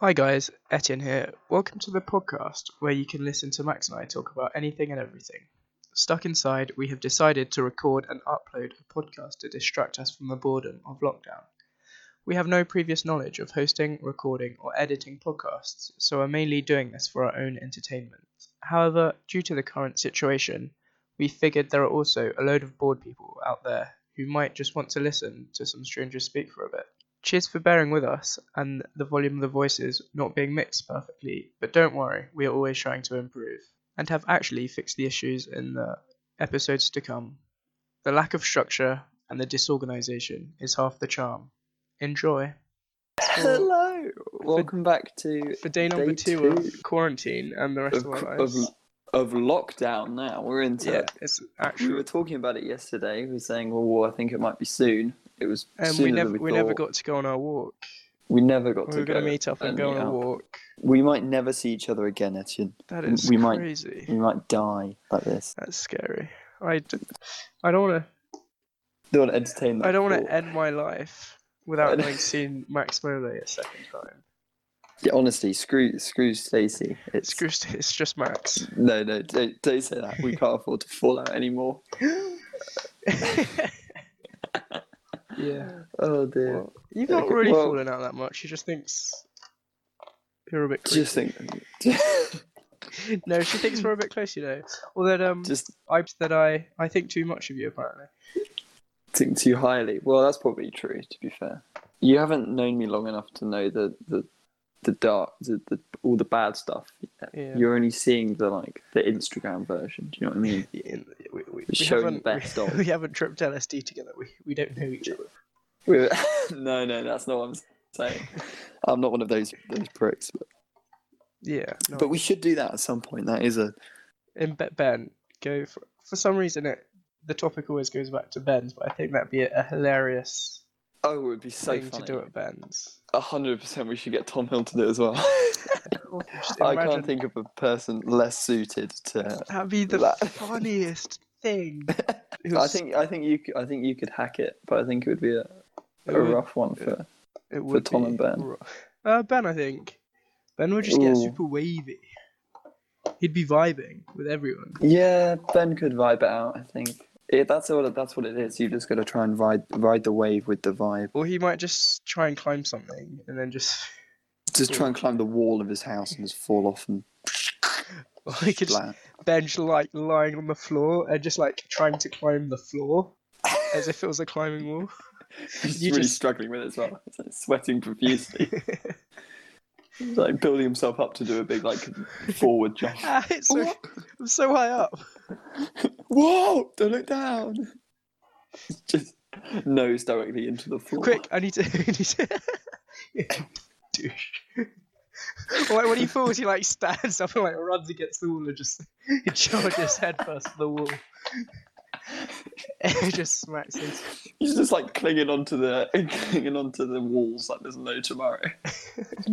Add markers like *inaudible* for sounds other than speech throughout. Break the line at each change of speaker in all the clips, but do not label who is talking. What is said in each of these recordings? Hi guys, Etienne here. Welcome to the podcast where you can listen to Max and I talk about anything and everything. Stuck inside, we have decided to record and upload a podcast to distract us from the boredom of lockdown. We have no previous knowledge of hosting, recording, or editing podcasts, so are mainly doing this for our own entertainment. However, due to the current situation, we figured there are also a load of bored people out there who might just want to listen to some strangers speak for a bit. Cheers for bearing with us and the volume of the voices not being mixed perfectly, but don't worry, we are always trying to improve and have actually fixed the issues in the episodes to come. The lack of structure and the disorganization is half the charm. Enjoy.
Hello, welcome back to
For day number two, of quarantine and the rest
of,
of, our
of,
lives.
of lockdown. Now we're into.
yeah, it's
We were
actual.
talking about it yesterday. We were saying, "Well, I think it might be soon." It was
And
sooner
we never
than
we
we,
never
thought.
got to go on our walk.
We never got
We
to
were
go
going to meet up and go on
meet
a
up.
walk.
We might never see each other again, Etienne.
That is
We might-
crazy.
We might die like this.
That's scary. I, d- I don't want to
Don't entertain that.
I don't want
thought.
to end my life without
*laughs* And-
having seen Max Moley a second time.
Yeah, honestly, screw screw Stacey. It's
It's just, it's just
*laughs*
Max.
no, no. Don't, don't say that. We can't afford to fall out
*laughs*
anymore.
yeah.
Oh dear.
Well, you've not
Okay,
really
well-
fallen out that much. She just thinks you're a bit close.
just think.
No, she thinks we're a bit close, you know. Or that um,
just
I that I I think too much of you apparently.
think too highly. Well, that's probably true. To be fair, you haven't known me long enough to know the the, the dark, the, the all the bad stuff.
Yeah.
You're only seeing the like the Instagram version. Do you know what
*laughs*
I mean?
In- we, we, we
Showing
haven't *laughs*
the best
we,
of.
we haven't tripped LSD together. We we don't know each other.
We're- *laughs* no, no, that's not what I'm saying. I'm not one of those those pricks. But,
Yeah. No.
but we should do that at some point. That is a
in Be- Ben go for for some reason it the topic always goes back to Ben's, but I think that'd be a, a hilarious
oh, it would be so
thing
funny.
to do at Ben's.
hundred percent. We should get Tom Hill to do it as well.
*laughs* Just
I
imagine-
can't think of a person less suited to.
That'd be the
That-
funniest
*laughs*
thing. It
I
was-
think I think you c- I think you could hack it, but I think it would be a,
it
a
would-
rough one for
it would
Tom and
be
Ben.
ru- Uh, ben, I think Ben would just get
Ooh.
super wavy. He'd be vibing with everyone.
Yeah, Ben could vibe it out. I think it, that's all. That's what it is. You just got to try and ride ride the wave with the vibe.
Or he might just try and climb something and then just. *laughs*
Just try and climb the wall of his house and just fall off and
Or *laughs* he could just
flat.
bench like lying on the floor and just like trying to climb the floor as if it was a climbing wall. *laughs*
He's
you
really
just-
struggling with it as well. *laughs* He's like sweating
*laughs*
profusely. He's like building himself up to do a big
*laughs*
like forward jump.
Ah, it's so, I'm so high up.
Whoa! Don't look down. *laughs* Just nose directly into the floor.
Quick, I need to. *laughs* I need to... Douche. Or when he falls, he like stands up and like runs against the wall and just charges headfirst to the wall. *laughs* And just smacks into
He's just like clinging onto the *laughs* clinging onto the walls like there's no tomorrow.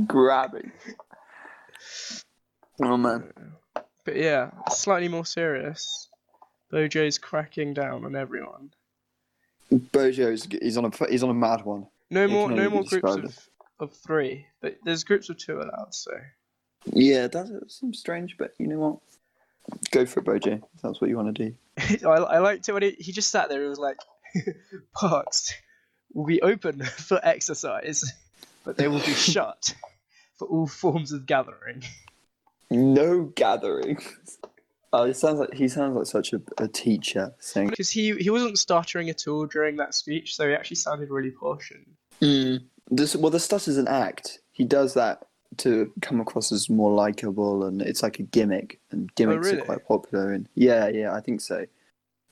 Grabbing. Oh man.
But yeah, slightly more serious. Bojo's cracking down on everyone.
Bojo's he's on a he's on a mad one.
No
It
more,
can
no
only be
more groups
described
of, of three. But there's groups of two allowed, so *laughs*
Yeah, that seems strange, but you know what? Go for it, Bojo. If that's what you want to do.
I, I liked it when he, he just sat there and was like, *laughs* parks will be open *laughs* for exercise, but they will
*laughs*
be shut for all forms of gathering.
No *laughs* gatherings. Oh, he sounds like he sounds like such a, a teacher saying.
Because he, he wasn't stuttering at all during that speech, so he actually sounded really posh. And
Mm. This well, the stutter's an act. He does that to come across as more likable, and it's like a gimmick. And gimmicks
Oh, really?
are quite popular. And yeah, yeah, I think so.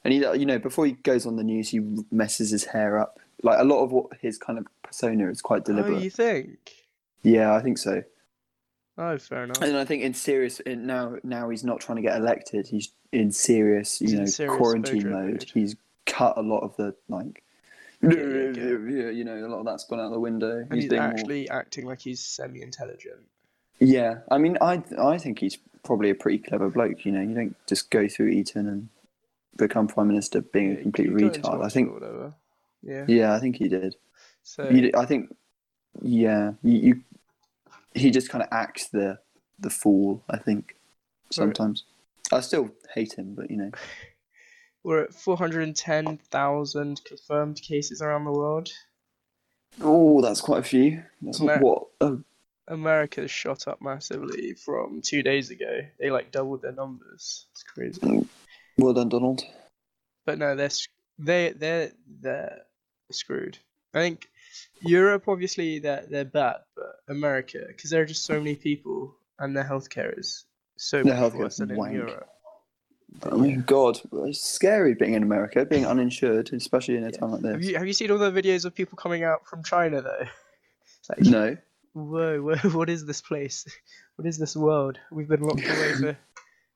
And he, you know, before he goes on the news, he messes his hair up. Like a lot of what his kind of persona is quite
oh,
deliberate.
you think?
Yeah, I think so.
Oh, fair enough.
And I think in serious in now now he's not trying to get elected. He's in serious, you
He's in
know,
serious
quarantine
Bojo
mode.
mode.
He's cut a lot of the like,
Yeah,
yeah,
yeah, yeah.
*laughs* you know, a lot of that's gone out the window.
And he's,
being more-
actually acting like he's semi-intelligent.
Yeah, I mean, I I think he's probably a pretty clever bloke. You know, you don't just go through Eton and become prime minister being a
Yeah,
complete
he got into
retard. I
it or
think.
whatever. Yeah.
Yeah, I think he did.
So
You, I think. Yeah, you, you he just kind of acts the the fool. I think sometimes I still hate him, but you know,
We're at 410,000 confirmed cases around the world.
oh, that's quite a few. That's
No.
what uh, a
America's shot up massively from two days ago. They like doubled their numbers. It's crazy.
well done, Donald.
But no, they're sc- they they're they're screwed. I think Europe obviously they're they're bad, but America because there are just so many people and their healthcare is so
Their
much
healthcare's
worse than
wank.
in Europe.
Oh my God, it's scary being in America, being uninsured, especially in a time like
Have
this.
you have you seen all the videos of people coming out from China though? It's like,
No,
whoa, whoa, *laughs* what is this place? What is this world? We've been locked
*laughs*
away for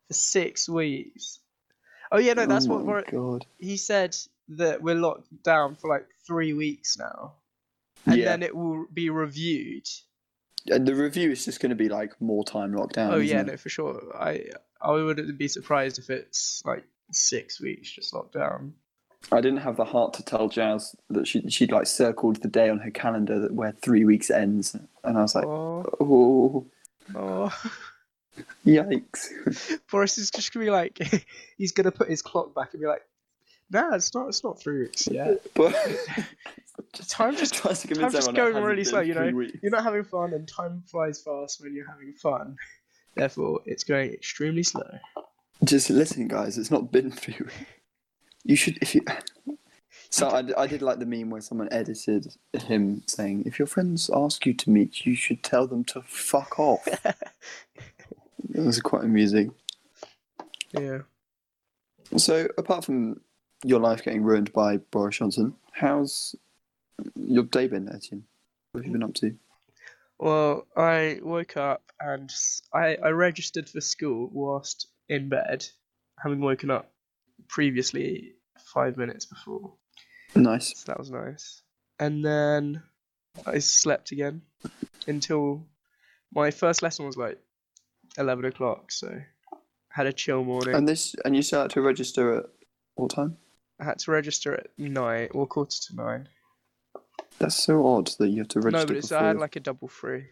for six weeks. Oh yeah, *laughs* no, that's
oh
what
my
Mor-
God.
he said that we're locked down for like three weeks now, and
yeah,
then it will be reviewed.
and the review is just going to be like more time lockdown.
oh
isn't
yeah,
it?
no, for sure. I I wouldn't be surprised if it's like six weeks just locked down.
I didn't have the heart to tell Jazz that she she'd like circled the day on her calendar that where three weeks ends, and I was like,
Oh,
oh,
oh.
yikes!
*laughs* Boris is just gonna be like, *laughs* he's gonna put his clock back and be like, Nah, it's not. It's not three weeks. Yeah,
But
time *laughs*
*laughs*
just
tries to
time's
convince
just
everyone it
going
hasn't
really
been
slow, you know.
three weeks.
you're not having fun, and time flies fast when you're having fun. Therefore, it's going extremely slow.
Just listen, guys. It's not been *laughs* three weeks. You should if you. *laughs* So I, I did like the meme where someone edited him saying, "If your friends ask you to meet, you should tell them to fuck
*laughs*
off." it was quite amusing.
Yeah.
So, apart from your life getting ruined by Boris Johnson, how's your day been, Etienne? What have you been up to?
Well, I woke up and s- I, I registered for school whilst in bed, having woken up previously five minutes before.
Nice.
So that was nice. And then I slept again until my first lesson was like 11 o'clock, so had a chill morning.
And this, and you still had to register at what time?
I had to register at 9 or quarter to 9.
That's so odd that you have to
No,
register.
but it's, I
before
had
your-
like a double free.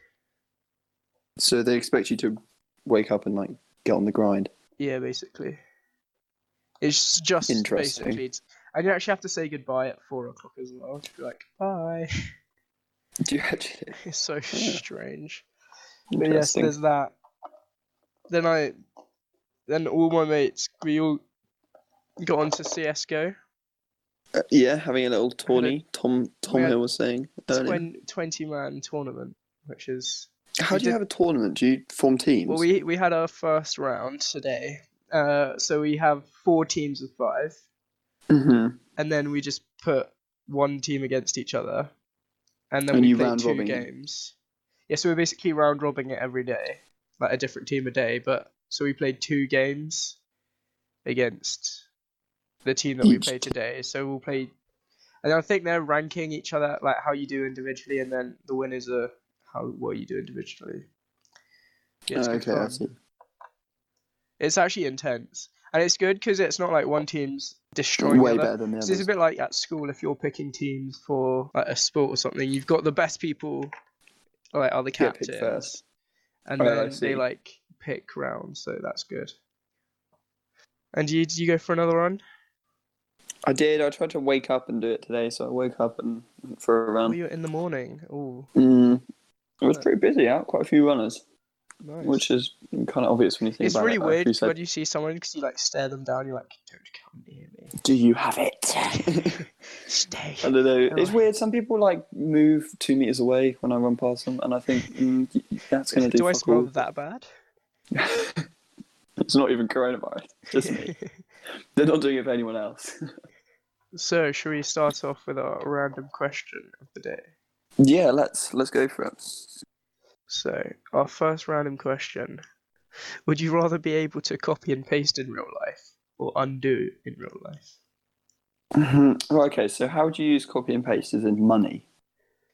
So they expect you to wake up and like get on
*laughs*
the grind.
Yeah, basically. It's just
Interesting.
basically. It's, I do actually have to say goodbye at four o'clock as well. To be like, bye. *laughs*
Do you actually?
It's so strange. But yes,
Interesting.
there's that. Then I, then all my mates, we all got onto CS:GO.
Uh, yeah, having a little tourney. Tom Tom
had
Hill was saying earlier.
Twen- Twenty man tournament, which is
How
we
do you
did-
have a tournament? Do you form teams?
well, we we had our first round today. Uh, so we have four teams of five,
hmm
and then we just put one team against each other, and then
And
we
you
play
round
two
robbing it?
games. Yeah, so we're basically round robbing it every day, like a different team a day. But so we played two games against the team that we
Each
played today. So we'll play, and I think they're ranking each other like how you do individually, and then the winners are how well you do individually. Yeah, it's
Oh,
good
okay, I
fun.
see.
It's actually intense, and it's good because it's not like one team's destroying the
Way
other.
better than the
So it's a
others.
bit like at school if you're picking teams for like a sport or something. You've got the best people, like are the
Get picked
captains,
first.
and
Oh, I
then
see.
they like pick rounds. So that's good. And you did you go for another run?
I did. I tried to wake up and do it today, so I woke up and went for a
Oh,
run.
you were in the morning. Oh,
Mm, it was pretty busy out, quite a few runners,
nice.
which is kind of obvious when you think
it's
about
really
it. like,
weird
who said,
when you see someone because you like stare them down. You're like, don't come near me.
Do you
*laughs*
have *laughs* it?
Stay.
I don't know. It's
Oh.
weird. Some people like move two meters away when I run past them, and I think mm, that's going to
*laughs*
do.
Do I
fuck
smell
all.
that bad?
It's not
*laughs*
even coronavirus. Just me. They're not doing it for anyone else. *laughs*
so, should we start off with our random question of the day?
yeah, let's let's go for it.
So, our first random question Would you rather be able to copy and paste in real life or undo in real life?
Mhm. Well, okay, so how would you use copy and paste? Is in money?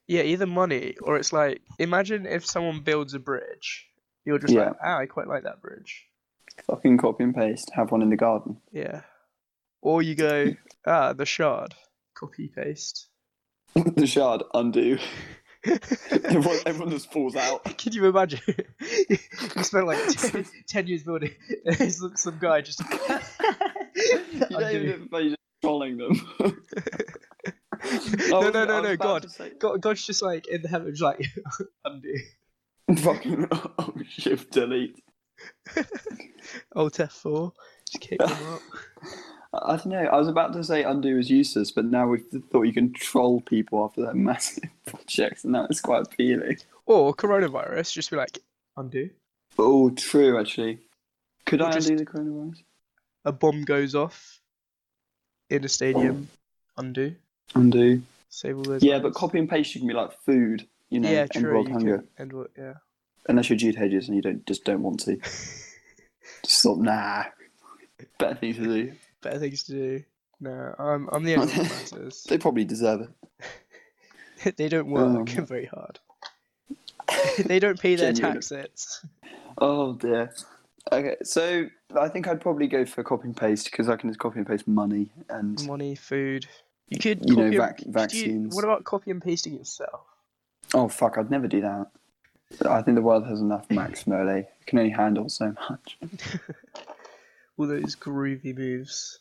Yeah, either money or it's like imagine if someone builds a bridge. You're just like, ah, I quite like that bridge.
Fucking copy and paste. Have one in the garden. *laughs*
Yeah. Or you
*laughs*
go, ah, the shard. Copy paste. *laughs*
the shard undo. everyone, everyone just falls out.
Can you imagine? *laughs* you spent like ten, 10 years building. *laughs* There's some- some guy
*laughs*
just.
*laughs*
*laughs*
You don't
Undo.
even know you're just trolling *laughs* them. I
no,
was-
no,
I
no,
was
no,
about
God.
to say-
God. God's just like in the heavens, like, *laughs* undo.
Fucking *laughs* oh, shift delete.
Alt F4. Just *laughs* kick them up.
I don't know. I was about to say undo is useless, but now we've thought you can troll people after their *laughs* massive projects, and that is quite appealing.
Or coronavirus, just be like, undo.
Oh, true. Actually, could
Or
I
just-
undo the coronavirus?
A bomb goes off in a stadium, undo.
Undo.
Save all those.
Yeah, but
lines.
copy and paste you can be like food. You know,
yeah,
end
true.
world
you
hunger.
can end world- yeah.
Unless you're Jude Hedges and you don't just don't want *laughs* to. just thought, nah. Better thing to do.
Better things to do. No, I'm, I'm the only one that
*laughs*
matters. *laughs*
They probably deserve it.
they don't work
Um,
very hard. *laughs* they don't pay their
Genuine.
taxes.
Oh dear. Okay, so I think I'd probably go for copy and paste because I can just copy and paste money and
Money, food. You could
You know,
copy and-
vac-
could you-
vaccines.
what about copy and pasting yourself?
oh fuck, I'd never do that. I think the world has enough Max Merle. It can only handle so much.
All those groovy moves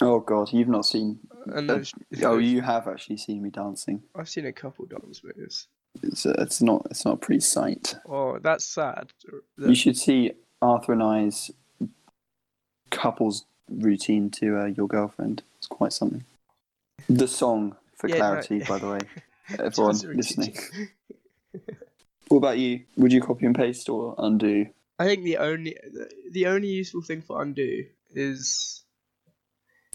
Oh god, you've not seen.
and
Uh,
those.
Oh,
those-
you have actually seen me dancing.
I've seen a couple dance moves.
It's it's not it's not a pretty sight.
Oh, that's sad. That-
You should see Arthur and I's couples routine to uh, your girlfriend. It's quite something. The song for
Yeah, no.
clarity,
*laughs*
by the way.
that's
Everyone
a
listening.
routine.
What about you? Would you copy and paste or undo?
*laughs* I think the only the- the only useful thing for undo is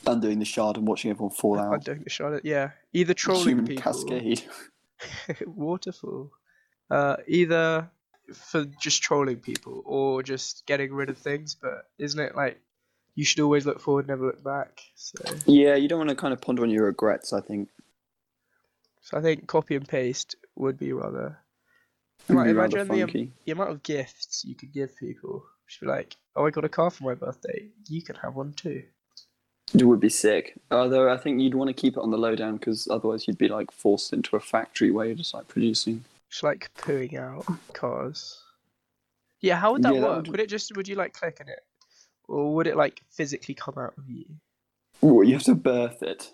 Undoing the shard and watching everyone fall out.
undoing the shot. at- Yeah, either trolling
Human
people.
cascade.
*laughs*
*laughs*
waterfall. Uh, either for just trolling people or just getting rid of things, but isn't it like you should always look forward, never look back? So,
Yeah, you don't want to kind of ponder on your regrets, I think.
so I think copy and paste would be rather.
It'd
Right,
be rather
imagine the, um,
funky.
The amount of gifts you could give people should be like, oh, I got a car for my birthday. You can have one too.
It would be sick. Although I think you'd want to keep it on the lowdown because otherwise you'd be like forced into a factory where you're just like producing.
Just like pooing out *laughs* cars. Yeah, how would that
Yeah, that
work?
would-
Would it just would you like click on it, or would it like physically come out of you?
Ooh, you have to birth it.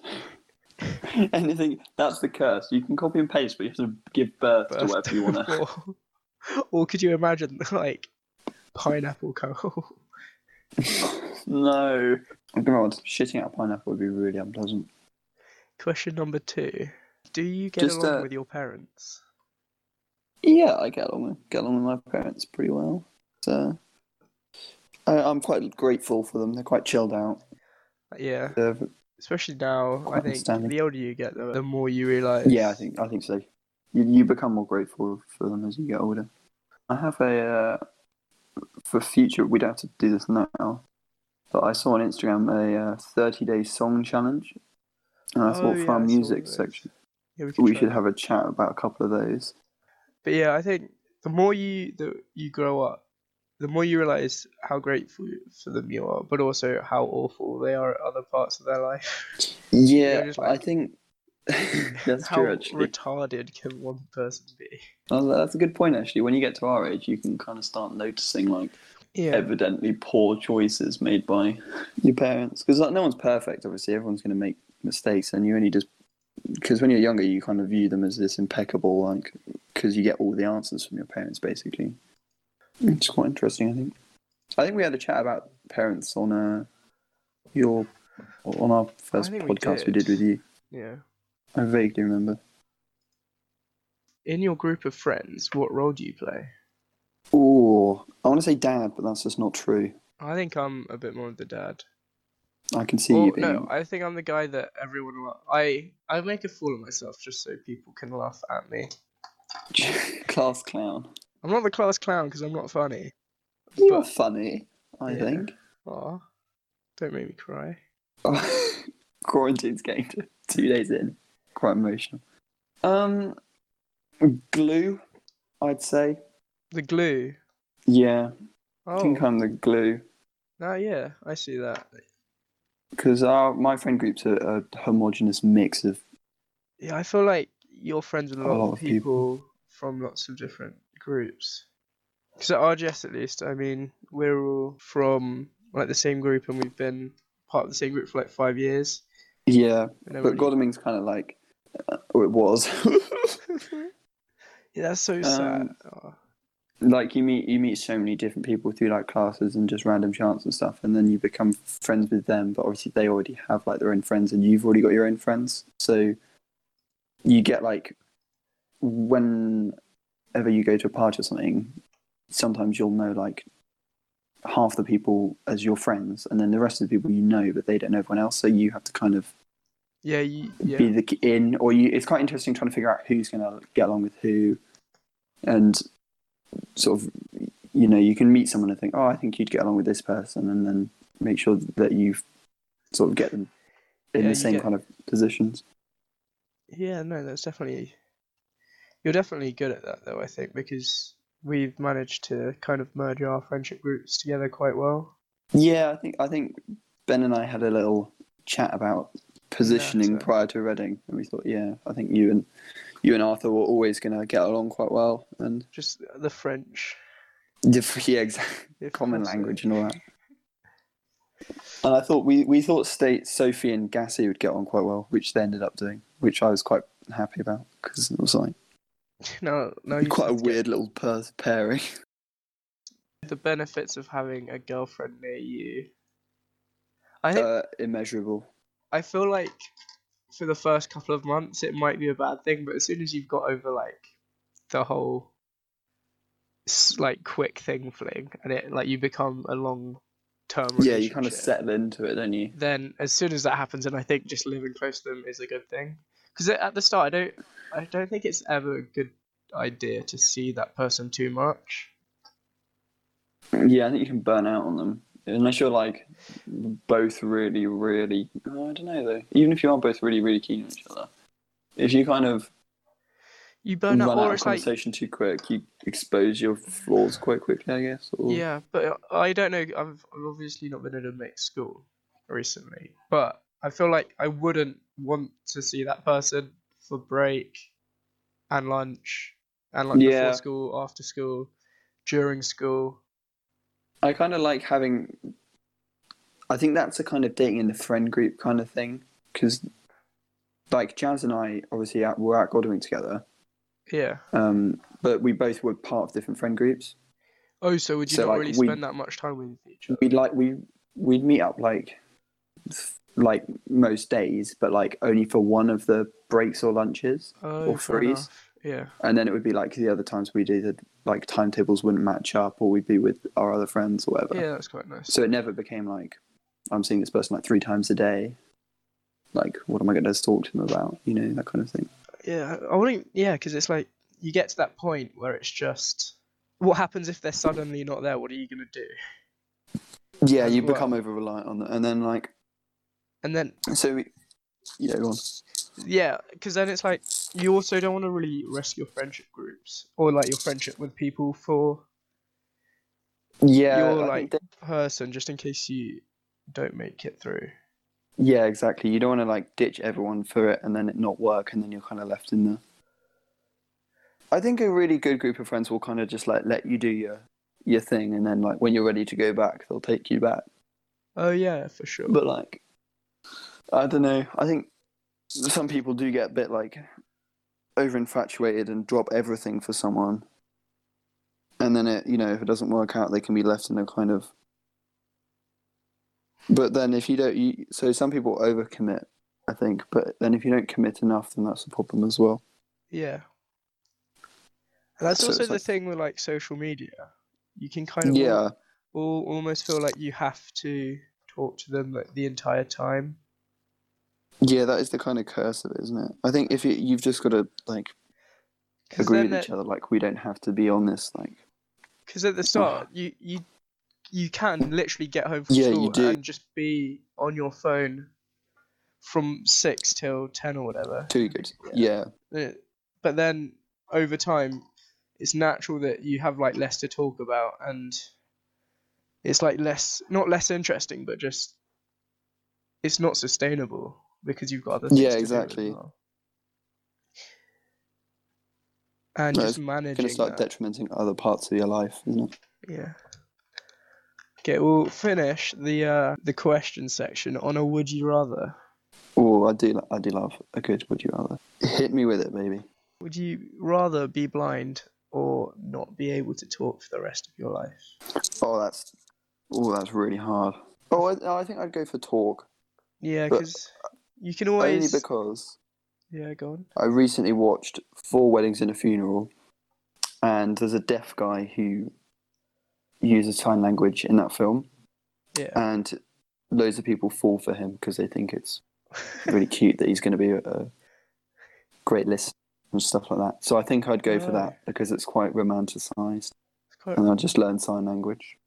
*laughs* Anything that's the curse. You can copy and paste, but you have to give birth, to
Birth
whatever you want
*laughs*
to.
or, or could you imagine *laughs* like pineapple coal?
no. Oh, God, shitting out a pineapple would be really unpleasant.
*laughs* Question number two: Do you get
Just,
along
uh,
with your parents?
Yeah, I get along with get along with my parents pretty well. So I, I'm quite grateful for them. They're quite chilled out.
Yeah,
They're,
especially now. I
quite
think
understanding.
the older you get, the, the more you realize.
yeah, I think I think so. You, you become more grateful for them as you get older. I have a uh, for future. We don't have to do this now, but I saw on Instagram a uh, 30 day song challenge, and I
Oh,
thought
yeah,
for our
I saw
music
those.
section
Yeah, we, could
we
try
should
that.
have a chat about a couple of those.
But yeah, I think the more you the, you grow up, the more you realize how grateful for them you are, but also how awful they are at other parts of their life.
Yeah,
just like-
I think *laughs* that's
*laughs* how
true. Actually,
retarded can one person be?
Oh, that's a good point. Actually, when you get to our age, you can kind of start noticing like
Yeah.
evidently poor choices made by your parents. Because like, no one's perfect. Obviously, everyone's going to make mistakes, and you only just because when you're younger, you kind of view them as this impeccable, like because you get all the answers from your parents, basically. It's quite interesting, I think. I think we had a chat about parents on uh, your on our first
think we
podcast we
did.
did with you.
yeah.
I vaguely remember.
In your group of friends, what role do you play?
Oh, I want to say dad, but that's just not true.
I think I'm a bit more of the dad.
I can see
Well,
you being.
no, I think I'm the guy that everyone. Lo- I I make a fool of myself just so people can laugh at me.
*laughs* class clown.
I'm not the class clown because I'm not funny.
You're
But-
funny, I
Yeah.
think.
Aw, don't make me cry.
*laughs* Quarantine's getting to two days in. Quite emotional. Um, glue, I'd say.
The glue.
Yeah, I
Oh,
think I'm the glue
no, yeah, I see that.
because our my friend group's a, a homogenous mix of
Yeah, I feel like you're friends with a
A
lot,
lot
of
of
people, from lots of different groups. Because at RGS, at least, I mean, we're all from like the same group, and we've been part of the same group for like five years.
Yeah,
We never
but
really-
Godalming's kind of like, uh, or it was. *laughs*
*laughs* yeah, that's so sad. Oh,
like you meet you meet so many different people through like classes and just random chance and stuff, and then you become friends with them. But obviously, they already have like their own friends, and you've already got your own friends. So you get like whenever you go to a party or something, sometimes you'll know like half the people as your friends, and then the rest of the people you know, but they don't know everyone else. So you have to kind of
yeah, you, yeah.
be the k- in or you it's quite interesting trying to figure out who's going to get along with who and sort of you know you can meet someone and think oh i think you'd get along with this person and then make sure that you sort of get them in
Yeah, you
the same
get-
kind of positions
Yeah, no, that's definitely. You're definitely good at that, though, I think, because we've managed to kind of merge our friendship groups together quite well.
yeah i think i think ben and i had a little chat about positioning
That's it.
prior to reading and we thought yeah i think you and you and arthur were always going to get along quite well and *laughs*
Just the French.
diff- yeah exactly
if
common
possible. *laughs*
language and all that. And I thought we, we thought State Sophie and Gassy would get on quite well, which they ended up doing, which I was quite happy about because it was like
No, no, you
*laughs* quite a
have to get
weird little per- pairing.
The benefits of having a girlfriend near you. I think
Uh, immeasurable.
I feel like for the first couple of months it might be a bad thing, but as soon as you've got over like the whole s- like quick thing fling, and it like you become a long term.
Yeah, you kind of settle into it, don't you?
Then as soon as that happens, and I think just living close to them is a good thing. Because at the start, I don't, I don't think it's ever a good idea to see that person too much.
Yeah, I think you can burn out on them unless you're like both really, really. oh, I don't know though. Even if you are both really, really keen on each other, if you kind of
You burn out,
run out
or
of
it's like
conversation too quick, you expose your flaws quite quickly, I guess. Or...
Yeah, but I don't know. I've, I've obviously not been in a mixed school recently, but I feel like I wouldn't want to see that person for break and lunch and like
Yeah.
before school, after school, during school.
I kind of like having. I think that's a kind of dating in the friend group kind of thing because, like Jazz and I, obviously at, were at Godwin together,
Yeah.
um, but we both were part of different friend groups.
Oh, so would you
So,
not
like,
really
we-
spend that much time with each other?
We'd like we we'd meet up like f- like most days, but like only for one of the breaks or lunches,
Oh,
or
fair
freeze.
enough. Yeah.
and then it would be like the other times we'd either like timetables wouldn't match up, or we'd be with our other friends or whatever.
Yeah, that's quite nice.
Uh, So it never became like, I'm seeing this person like three times a day. Like, what am I going to talk to them about? You know, that kind of thing.
Yeah, I wouldn't. Yeah, because it's like you get to that point where it's just, what happens if they're suddenly not there? What are you gonna do?
Yeah,
That's
you
what-
become over reliant on that. And then, like,
And then
so we. Yeah, go on.
Yeah, because then it's like you also don't want to really risk your friendship groups or like your friendship with people for
Yeah,
You're,
I
like-
think da-
person just in case you don't make it through.
yeah, exactly. You don't want to like ditch everyone for it and then it not work and then you're kind of left in the. I think a really good group of friends will kind of just like let you do your your thing and then like when you're ready to go back, they'll take you back.
Oh yeah, for sure.
but like i don't know i think some people do get a bit like over infatuated and drop everything for someone and then it you know if it doesn't work out they can be left in a kind of but then if you don't you, so some people overcommit i think but then if you don't commit enough then that's a problem as well
yeah, and that's
So
also
it's
the
like-
thing with like social media. You can kind of
yeah
all, almost feel like you have to talk to them like, the entire time.
yeah that is the kind of curse of it isn't it i think if you, you've just got to like
'Cause
agree
then
with
that-
each other like we don't have to be on this like
Because at the start, you you you can literally get home from
Yeah, you
school
do.
and just be on your phone from six till ten or whatever.
too good yeah
Uh, But then over time, it's natural that you have like less to talk about, and it's like less not less interesting, but just it's not sustainable because you've got other things
Yeah,
to do as
exactly.
well. and
No,
just
It's
managing
going to start
that.
detrimenting other parts of your life, isn't it?
yeah. Okay, we'll finish the uh, the question section on a would you rather.
Oh, I do, I do love a good would you rather. Hit me with it, baby.
Would you rather be blind or not be able to talk for the rest of your life?
Oh, that's oh, that's really hard. Oh, I, I think I'd go for talk
Yeah,
But-
because you can
only
always.
because
Yeah, go on.
I recently watched Four Weddings and a Funeral, and there's a deaf guy who uses sign language in that film,
Yeah.
and loads of people fall for him because they think it's really cute that he's going to be a, a great listener and stuff like that. So I think I'd go for
Right.
that because it's quite romanticized,
*laughs* It's quite
and I'll just learn sign language.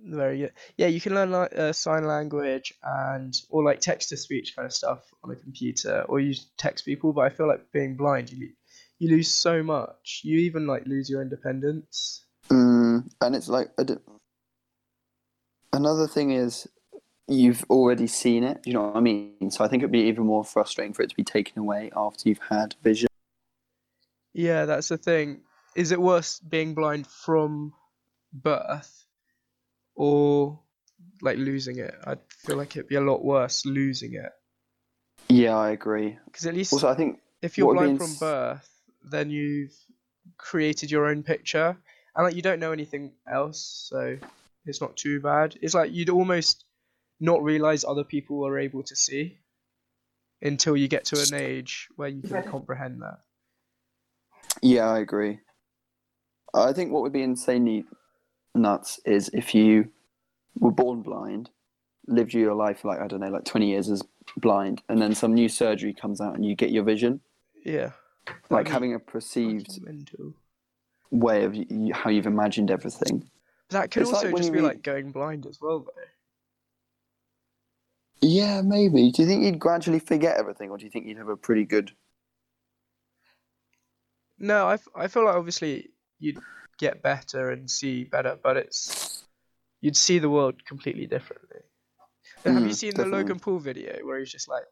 very good. Yeah, you can learn like uh, sign language and or like text to speech kind of stuff on a computer, or you text people. But I feel like being blind, you lo- you lose so much. You even like lose your independence.
Mm, and it's like I don't- another thing is you've already seen it. You know what I mean? So I think it'd be even more frustrating for it to be taken away after you've had vision.
Yeah, that's the thing. Is it worse being blind from birth, or like losing it? I feel like it'd be a lot worse losing it
Yeah, I agree.
because at least
Also, I think
if you're
What
blind
means-
from birth, then you've created your own picture, and like you don't know anything else, so it's not too bad. It's like you'd almost not realize other people are able to see until you get to an age where you can comprehend that.
Yeah, I agree. I think what would be insanely nuts is if you were born blind, lived your life like I don't know, like twenty years as blind, and then some new surgery comes out and you get your vision.
Yeah,
Like
be
having a perceived
mental.
way of y y- how you've imagined everything.
That could
It's like
also
when
just
you
be
read-
like going blind as well, though.
Yeah, maybe. Do you think you'd gradually forget everything, or do you think you'd have a pretty good?
No, I, f- I feel like obviously you'd get better and see better, but it's you'd see the world completely differently. Have you
Mm,
seen the
definitely.
Logan Paul video where he's just like,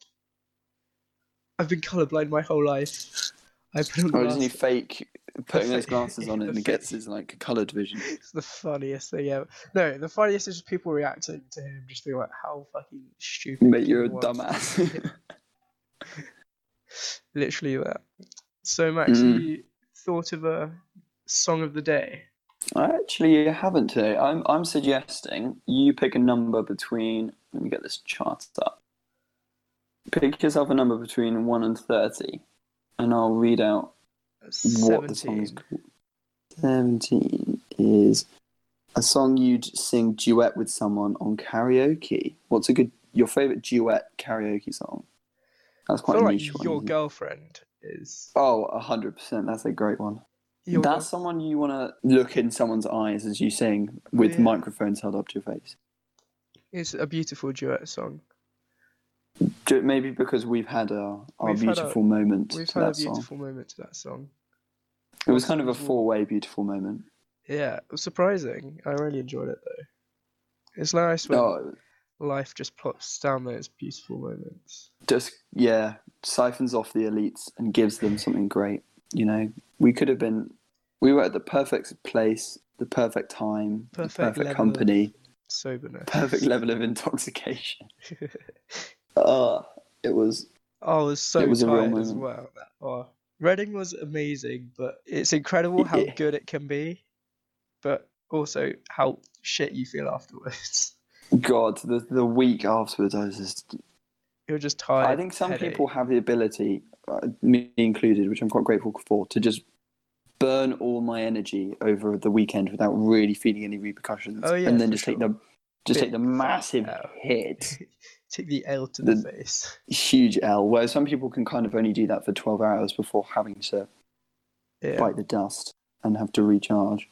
"I've been colorblind my whole life. I put on
Or Oh, doesn't he
glasses."
fake putting those coloured glasses on *laughs*
Yeah,
it and
the
he gets his like coloured vision?
*laughs* It's the funniest thing ever. No, the funniest is just people reacting to him, just being like, "How fucking stupid!"
Mate, you're a
people are."
dumbass.
Literally that. So Max, have
Mm.
you thought of a song of the day?
I actually haven't today. I'm I'm suggesting you pick a number between. Let me get this chart up. Pick yourself a number between one and thirty, and I'll read out what the song is
Seventeen.
called. Seventeen is a song you'd sing duet with someone on karaoke. What's a good your favorite duet karaoke song? That's
I
quite
feel
a
like
niche
your
one. isn't it?
girlfriend is.
Oh, a hundred percent. That's a great one.
Your
That's someone you want to look in someone's eyes as you sing with
Yeah.
microphones held up to your face.
girl- it's a beautiful duet song.
Ju- Maybe because we've had our, our
We've had a-
beautiful moment
We've
to
had a
that song.
beautiful moment to that song.
It was kind of a
Awesome.
four way beautiful moment.
Yeah, it was surprising. I really enjoyed it though. It's nice when
Oh,
life just plots down those beautiful moments.
just, yeah, siphons off the elites and gives them something great. You know, we could have been, we were at the perfect place, the perfect time,
Perfect
the perfect
level. *laughs*
company,
Soberness. *laughs*
perfect level of intoxication. Oh, it was,
I was so
It was a real
tired as
moment.
well. That, oh, Reading was amazing, but it's incredible how
Yeah.
good it can be, but also how shit you feel afterwards. *laughs*
God, the, the week afterwards, I was just
You're just tired.
I think some
headache.
people have the ability, uh, me included, which I'm quite grateful for, to just burn all my energy over the weekend without really feeling any repercussions,
Oh, yeah,
and then
for
just take
sure.
the just
Big
take the massive
L.
hit,
*laughs* take the L to the,
The-
face.
huge L. Whereas some people can kind of only do that for 12 hours before having to
Yeah.
bite the dust and have to recharge.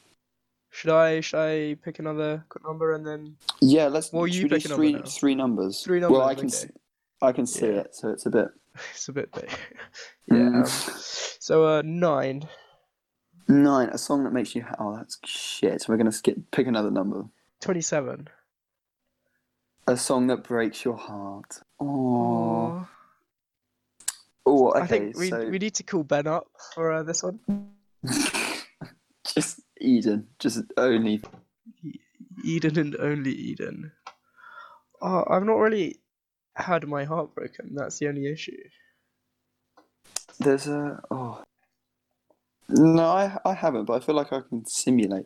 Should I should I pick another quick number and then
Yeah, let's.
Well,
should
you
we do
pick a number
three
now.
three numbers.
Three
Well, I
numbers,
can
okay.
s I can see
Yeah.
it, so it's a bit
*laughs* it's a bit big.
*laughs* Hmm.
yeah. um, so uh, nine.
nine. A song that makes you ha- oh that's shit. We're gonna skip. Pick another number.
27.
A song that breaks your heart. Oh,
Aw.
oh, okay.
I think we,
so
we need to call Ben up for uh, this one.
*laughs* just Eden. Just only.
Eden and only Eden. Oh, I've not really had my heart broken. That's the only issue.
There's a. Oh. No, I, I haven't, but I feel like I can simulate.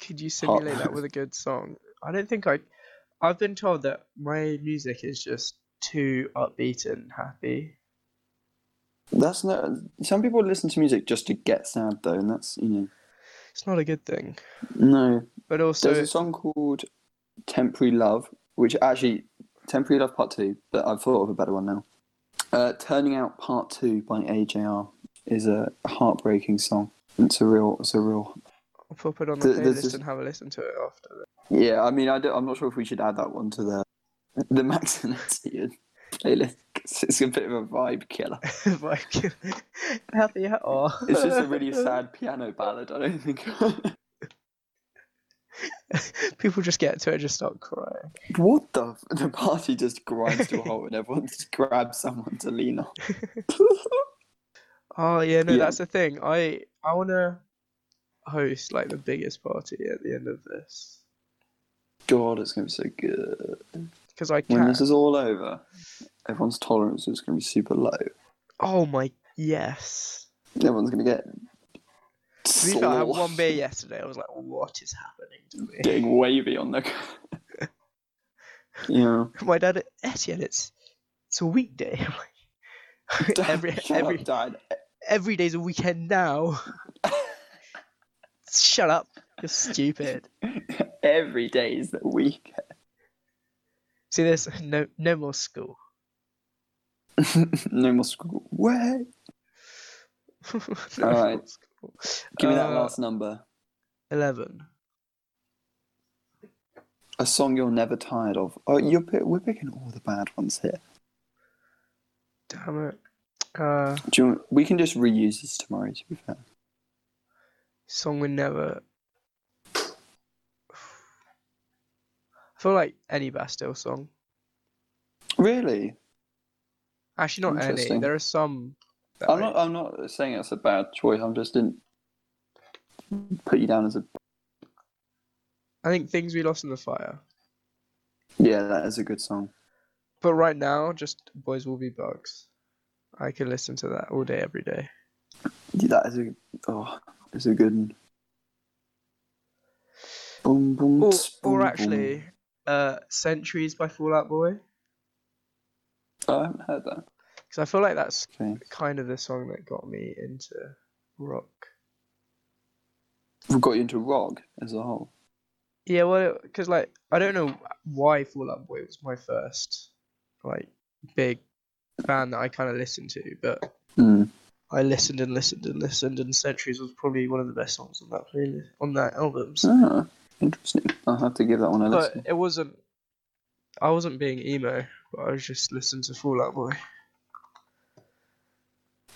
Could you simulate that with a good song? I don't think I. I've been told that my music is just too upbeat and happy.
That's not. Some people listen to music just to get sad, though, and that's, you know.
It's not a good thing.
No.
But also,
There's a song called Temporary Love, which actually, Temporary Love Part 2, but I've thought of a better one now. Uh, Turning Out Part 2 by AJR is a heartbreaking song. It's a real, it's a real.
I'll pop it on the
th-
playlist
there's just-
and have a listen to it after. *laughs* this.
Yeah, I mean, I don't, I'm not sure if we should add that one to the the Max and Etienne playlist. 'cause It's a bit of a vibe killer.
If I can- *laughs* happy hat. Oh.
It's just a
*laughs*
really sad piano ballad. I don't think. *laughs*
People just get to it and just start crying.
what the? F- the party just grinds to a halt, and everyone just grabs someone to lean on.
Oh yeah, no,
Yeah.
that's the thing. I I wanna host like the biggest party at the end of this
God, it's gonna be so good.
because I
When
can.
this is all over, everyone's tolerance is gonna be super low.
Oh my yes.
Everyone's gonna get.
To be fair, I had
sloshed,
one beer yesterday. I was like, what is happening to me? *laughs*
Getting wavy on the. *laughs* yeah.
My dad, Etienne, it's it's a weekday. *laughs* I'm like, *laughs*
*laughs*
every
Shut
every
up, Dad.
every day's a weekend now. *laughs* Shut up. You're stupid.
Every day is the
*laughs*
week.
See this? No, no more school. *laughs*
no more school. Where?
No
Alright.
more school.
Give me
Uh,
that last number.
Eleven.
A song you're never tired of. Oh, you're pi- we're picking all the bad ones here.
Damn it. Uh,
Do you want, we can just reuse this tomorrow. To be fair,
song would never. *sighs* I feel like any Bastille song.
really.
Actually, not any.
Interesting.
There are some. that
I'm
I-
not. I'm not saying it's a bad choice. I'm just didn't put you down as a.
I think things we lost in the fire.
Yeah, that is a good song.
But right now, just boys will be bugs. I can listen to that all day, every day.
That is a. Oh, it's a good. One. Boom, boom,
Or,
tss, boom,
or
boom.
actually, uh, Centuries by Fallout Boy.
Oh, I haven't heard that.
Because I feel like that's
Okay,
kind of the song that got me into rock.
we've got you into rock as a whole.
Yeah, well, because like I don't know why Fallout Boy was my first like big band that I kind of listened to, but
Hmm.
I listened and listened and listened, and Centuries was probably one of the best songs on that playlist on that album. so-
Ah, interesting. I'll have to give that one a
But
listen.
it wasn't. I wasn't being emo, but I was just listening to Fallout Boy.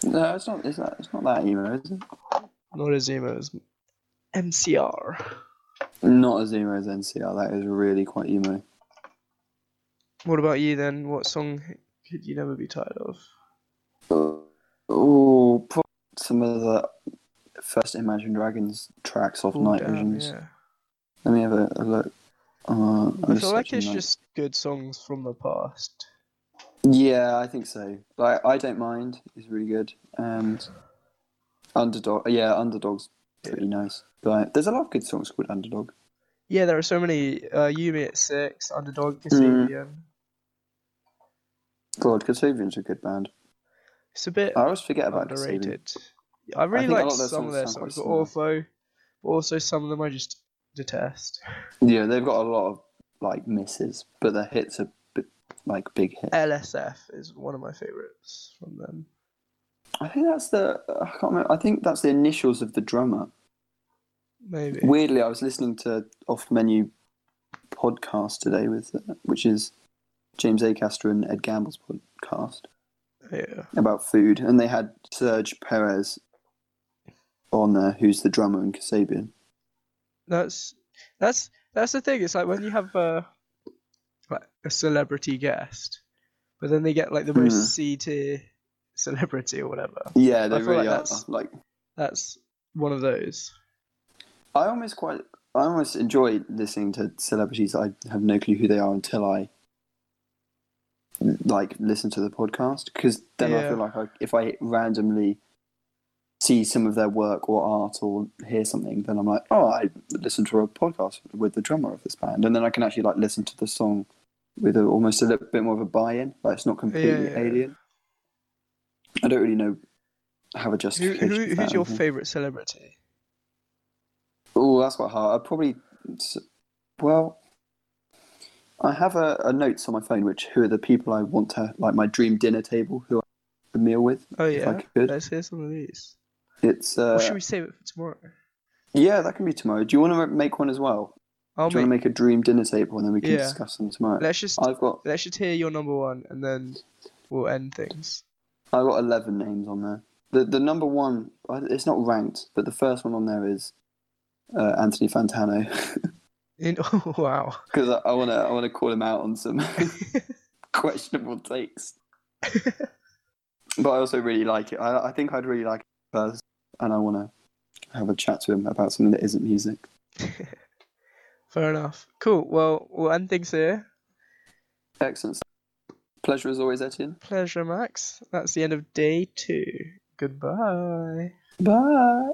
No, it's not. It's not, it's not that emo, is it?
Not as emo as MCR.
Not as emo as NCR. That is really quite emo.
What about you then? What song could you never be tired of?
Oh, probably some of the first Imagine Dragons tracks off
Ooh,
Night
damn,
Visions.
yeah.
Let me have a, a look. Uh, I'm
I
just
feel like
searching
it's
Night-
just good songs from the past.
Yeah, I think so. Like, I don't mind is really good, and Underdog. Yeah, Underdog's pretty nice. But there's a lot of good songs called Underdog.
Yeah, there are so many. Uh, Yumi at six, Underdog
Mm.
Cassidian.
God, Kasovian's a good band.
It's a bit
I always forget about Kasabian.
underrated. I really
think a
like
lot of their
some of
songs
their
sound quite
songs, but also, but also some of them I just detest.
Yeah, they've got a lot of like misses, but their hits are bi- like big hits.
Uh, LSF is one of my favorites from them.
I think that's the I can't remember. I think that's the initials of the drummer.
Maybe.
Weirdly, I was listening to Off Menu podcast today with uh, which is James Acaster and Ed Gamble's podcast
Yeah.
about food, and they had Serge Perez on there, who's the drummer in Kasabian.
That's that's that's the thing. It's like when you have a like a celebrity guest, but then they get like the
Hmm.
most C tier celebrity or whatever.
Yeah, they
I feel
really
like
are.
that's-
Like
That's one of those.
I almost quite. I almost enjoy listening to celebrities I have no clue who they are until I like listen to the podcast because then I
Yeah.
feel like I, if I randomly see some of their work or art or hear something, then I'm like, oh, I listened to a podcast with the drummer of this band, and then I can actually like listen to the song with a, almost a little bit more of a buy-in. Like it's not completely
yeah.
alien. I don't really know how a
Who,
justification.
who,
for that,
who's your
I think.
favourite celebrity?
Oh, that's quite hard. I probably, s- well, I have a, a notes on my phone which who are the people I want to like my dream dinner table who I have a meal with.
Oh
if I
yeah,
could.
let's hear some of these.
It's
Or
uh,
should we save it for tomorrow?
yeah, that can be tomorrow. Do you want to make one as well?
I'll
Do you
make,
want to make a dream dinner table and then we can
Yeah.
discuss them tomorrow?
let's just
I've got
let's just hear your number one and then we'll end things.
I've got eleven names on there. The the number one I- it's not ranked, but the first one on there is uh, Anthony Fantano *laughs*
In, *laughs* oh wow.
because I, I wanna I wanna call him out on some *laughs* questionable takes. but I also really like it. I, I think I'd really like it first, and I want to have a chat to him about something that isn't music.
Fair enough. Cool. Well, we'll end things here.
Excellent. Pleasure as always, Etienne.
Pleasure, Max. That's the end of day two. Goodbye.
Bye.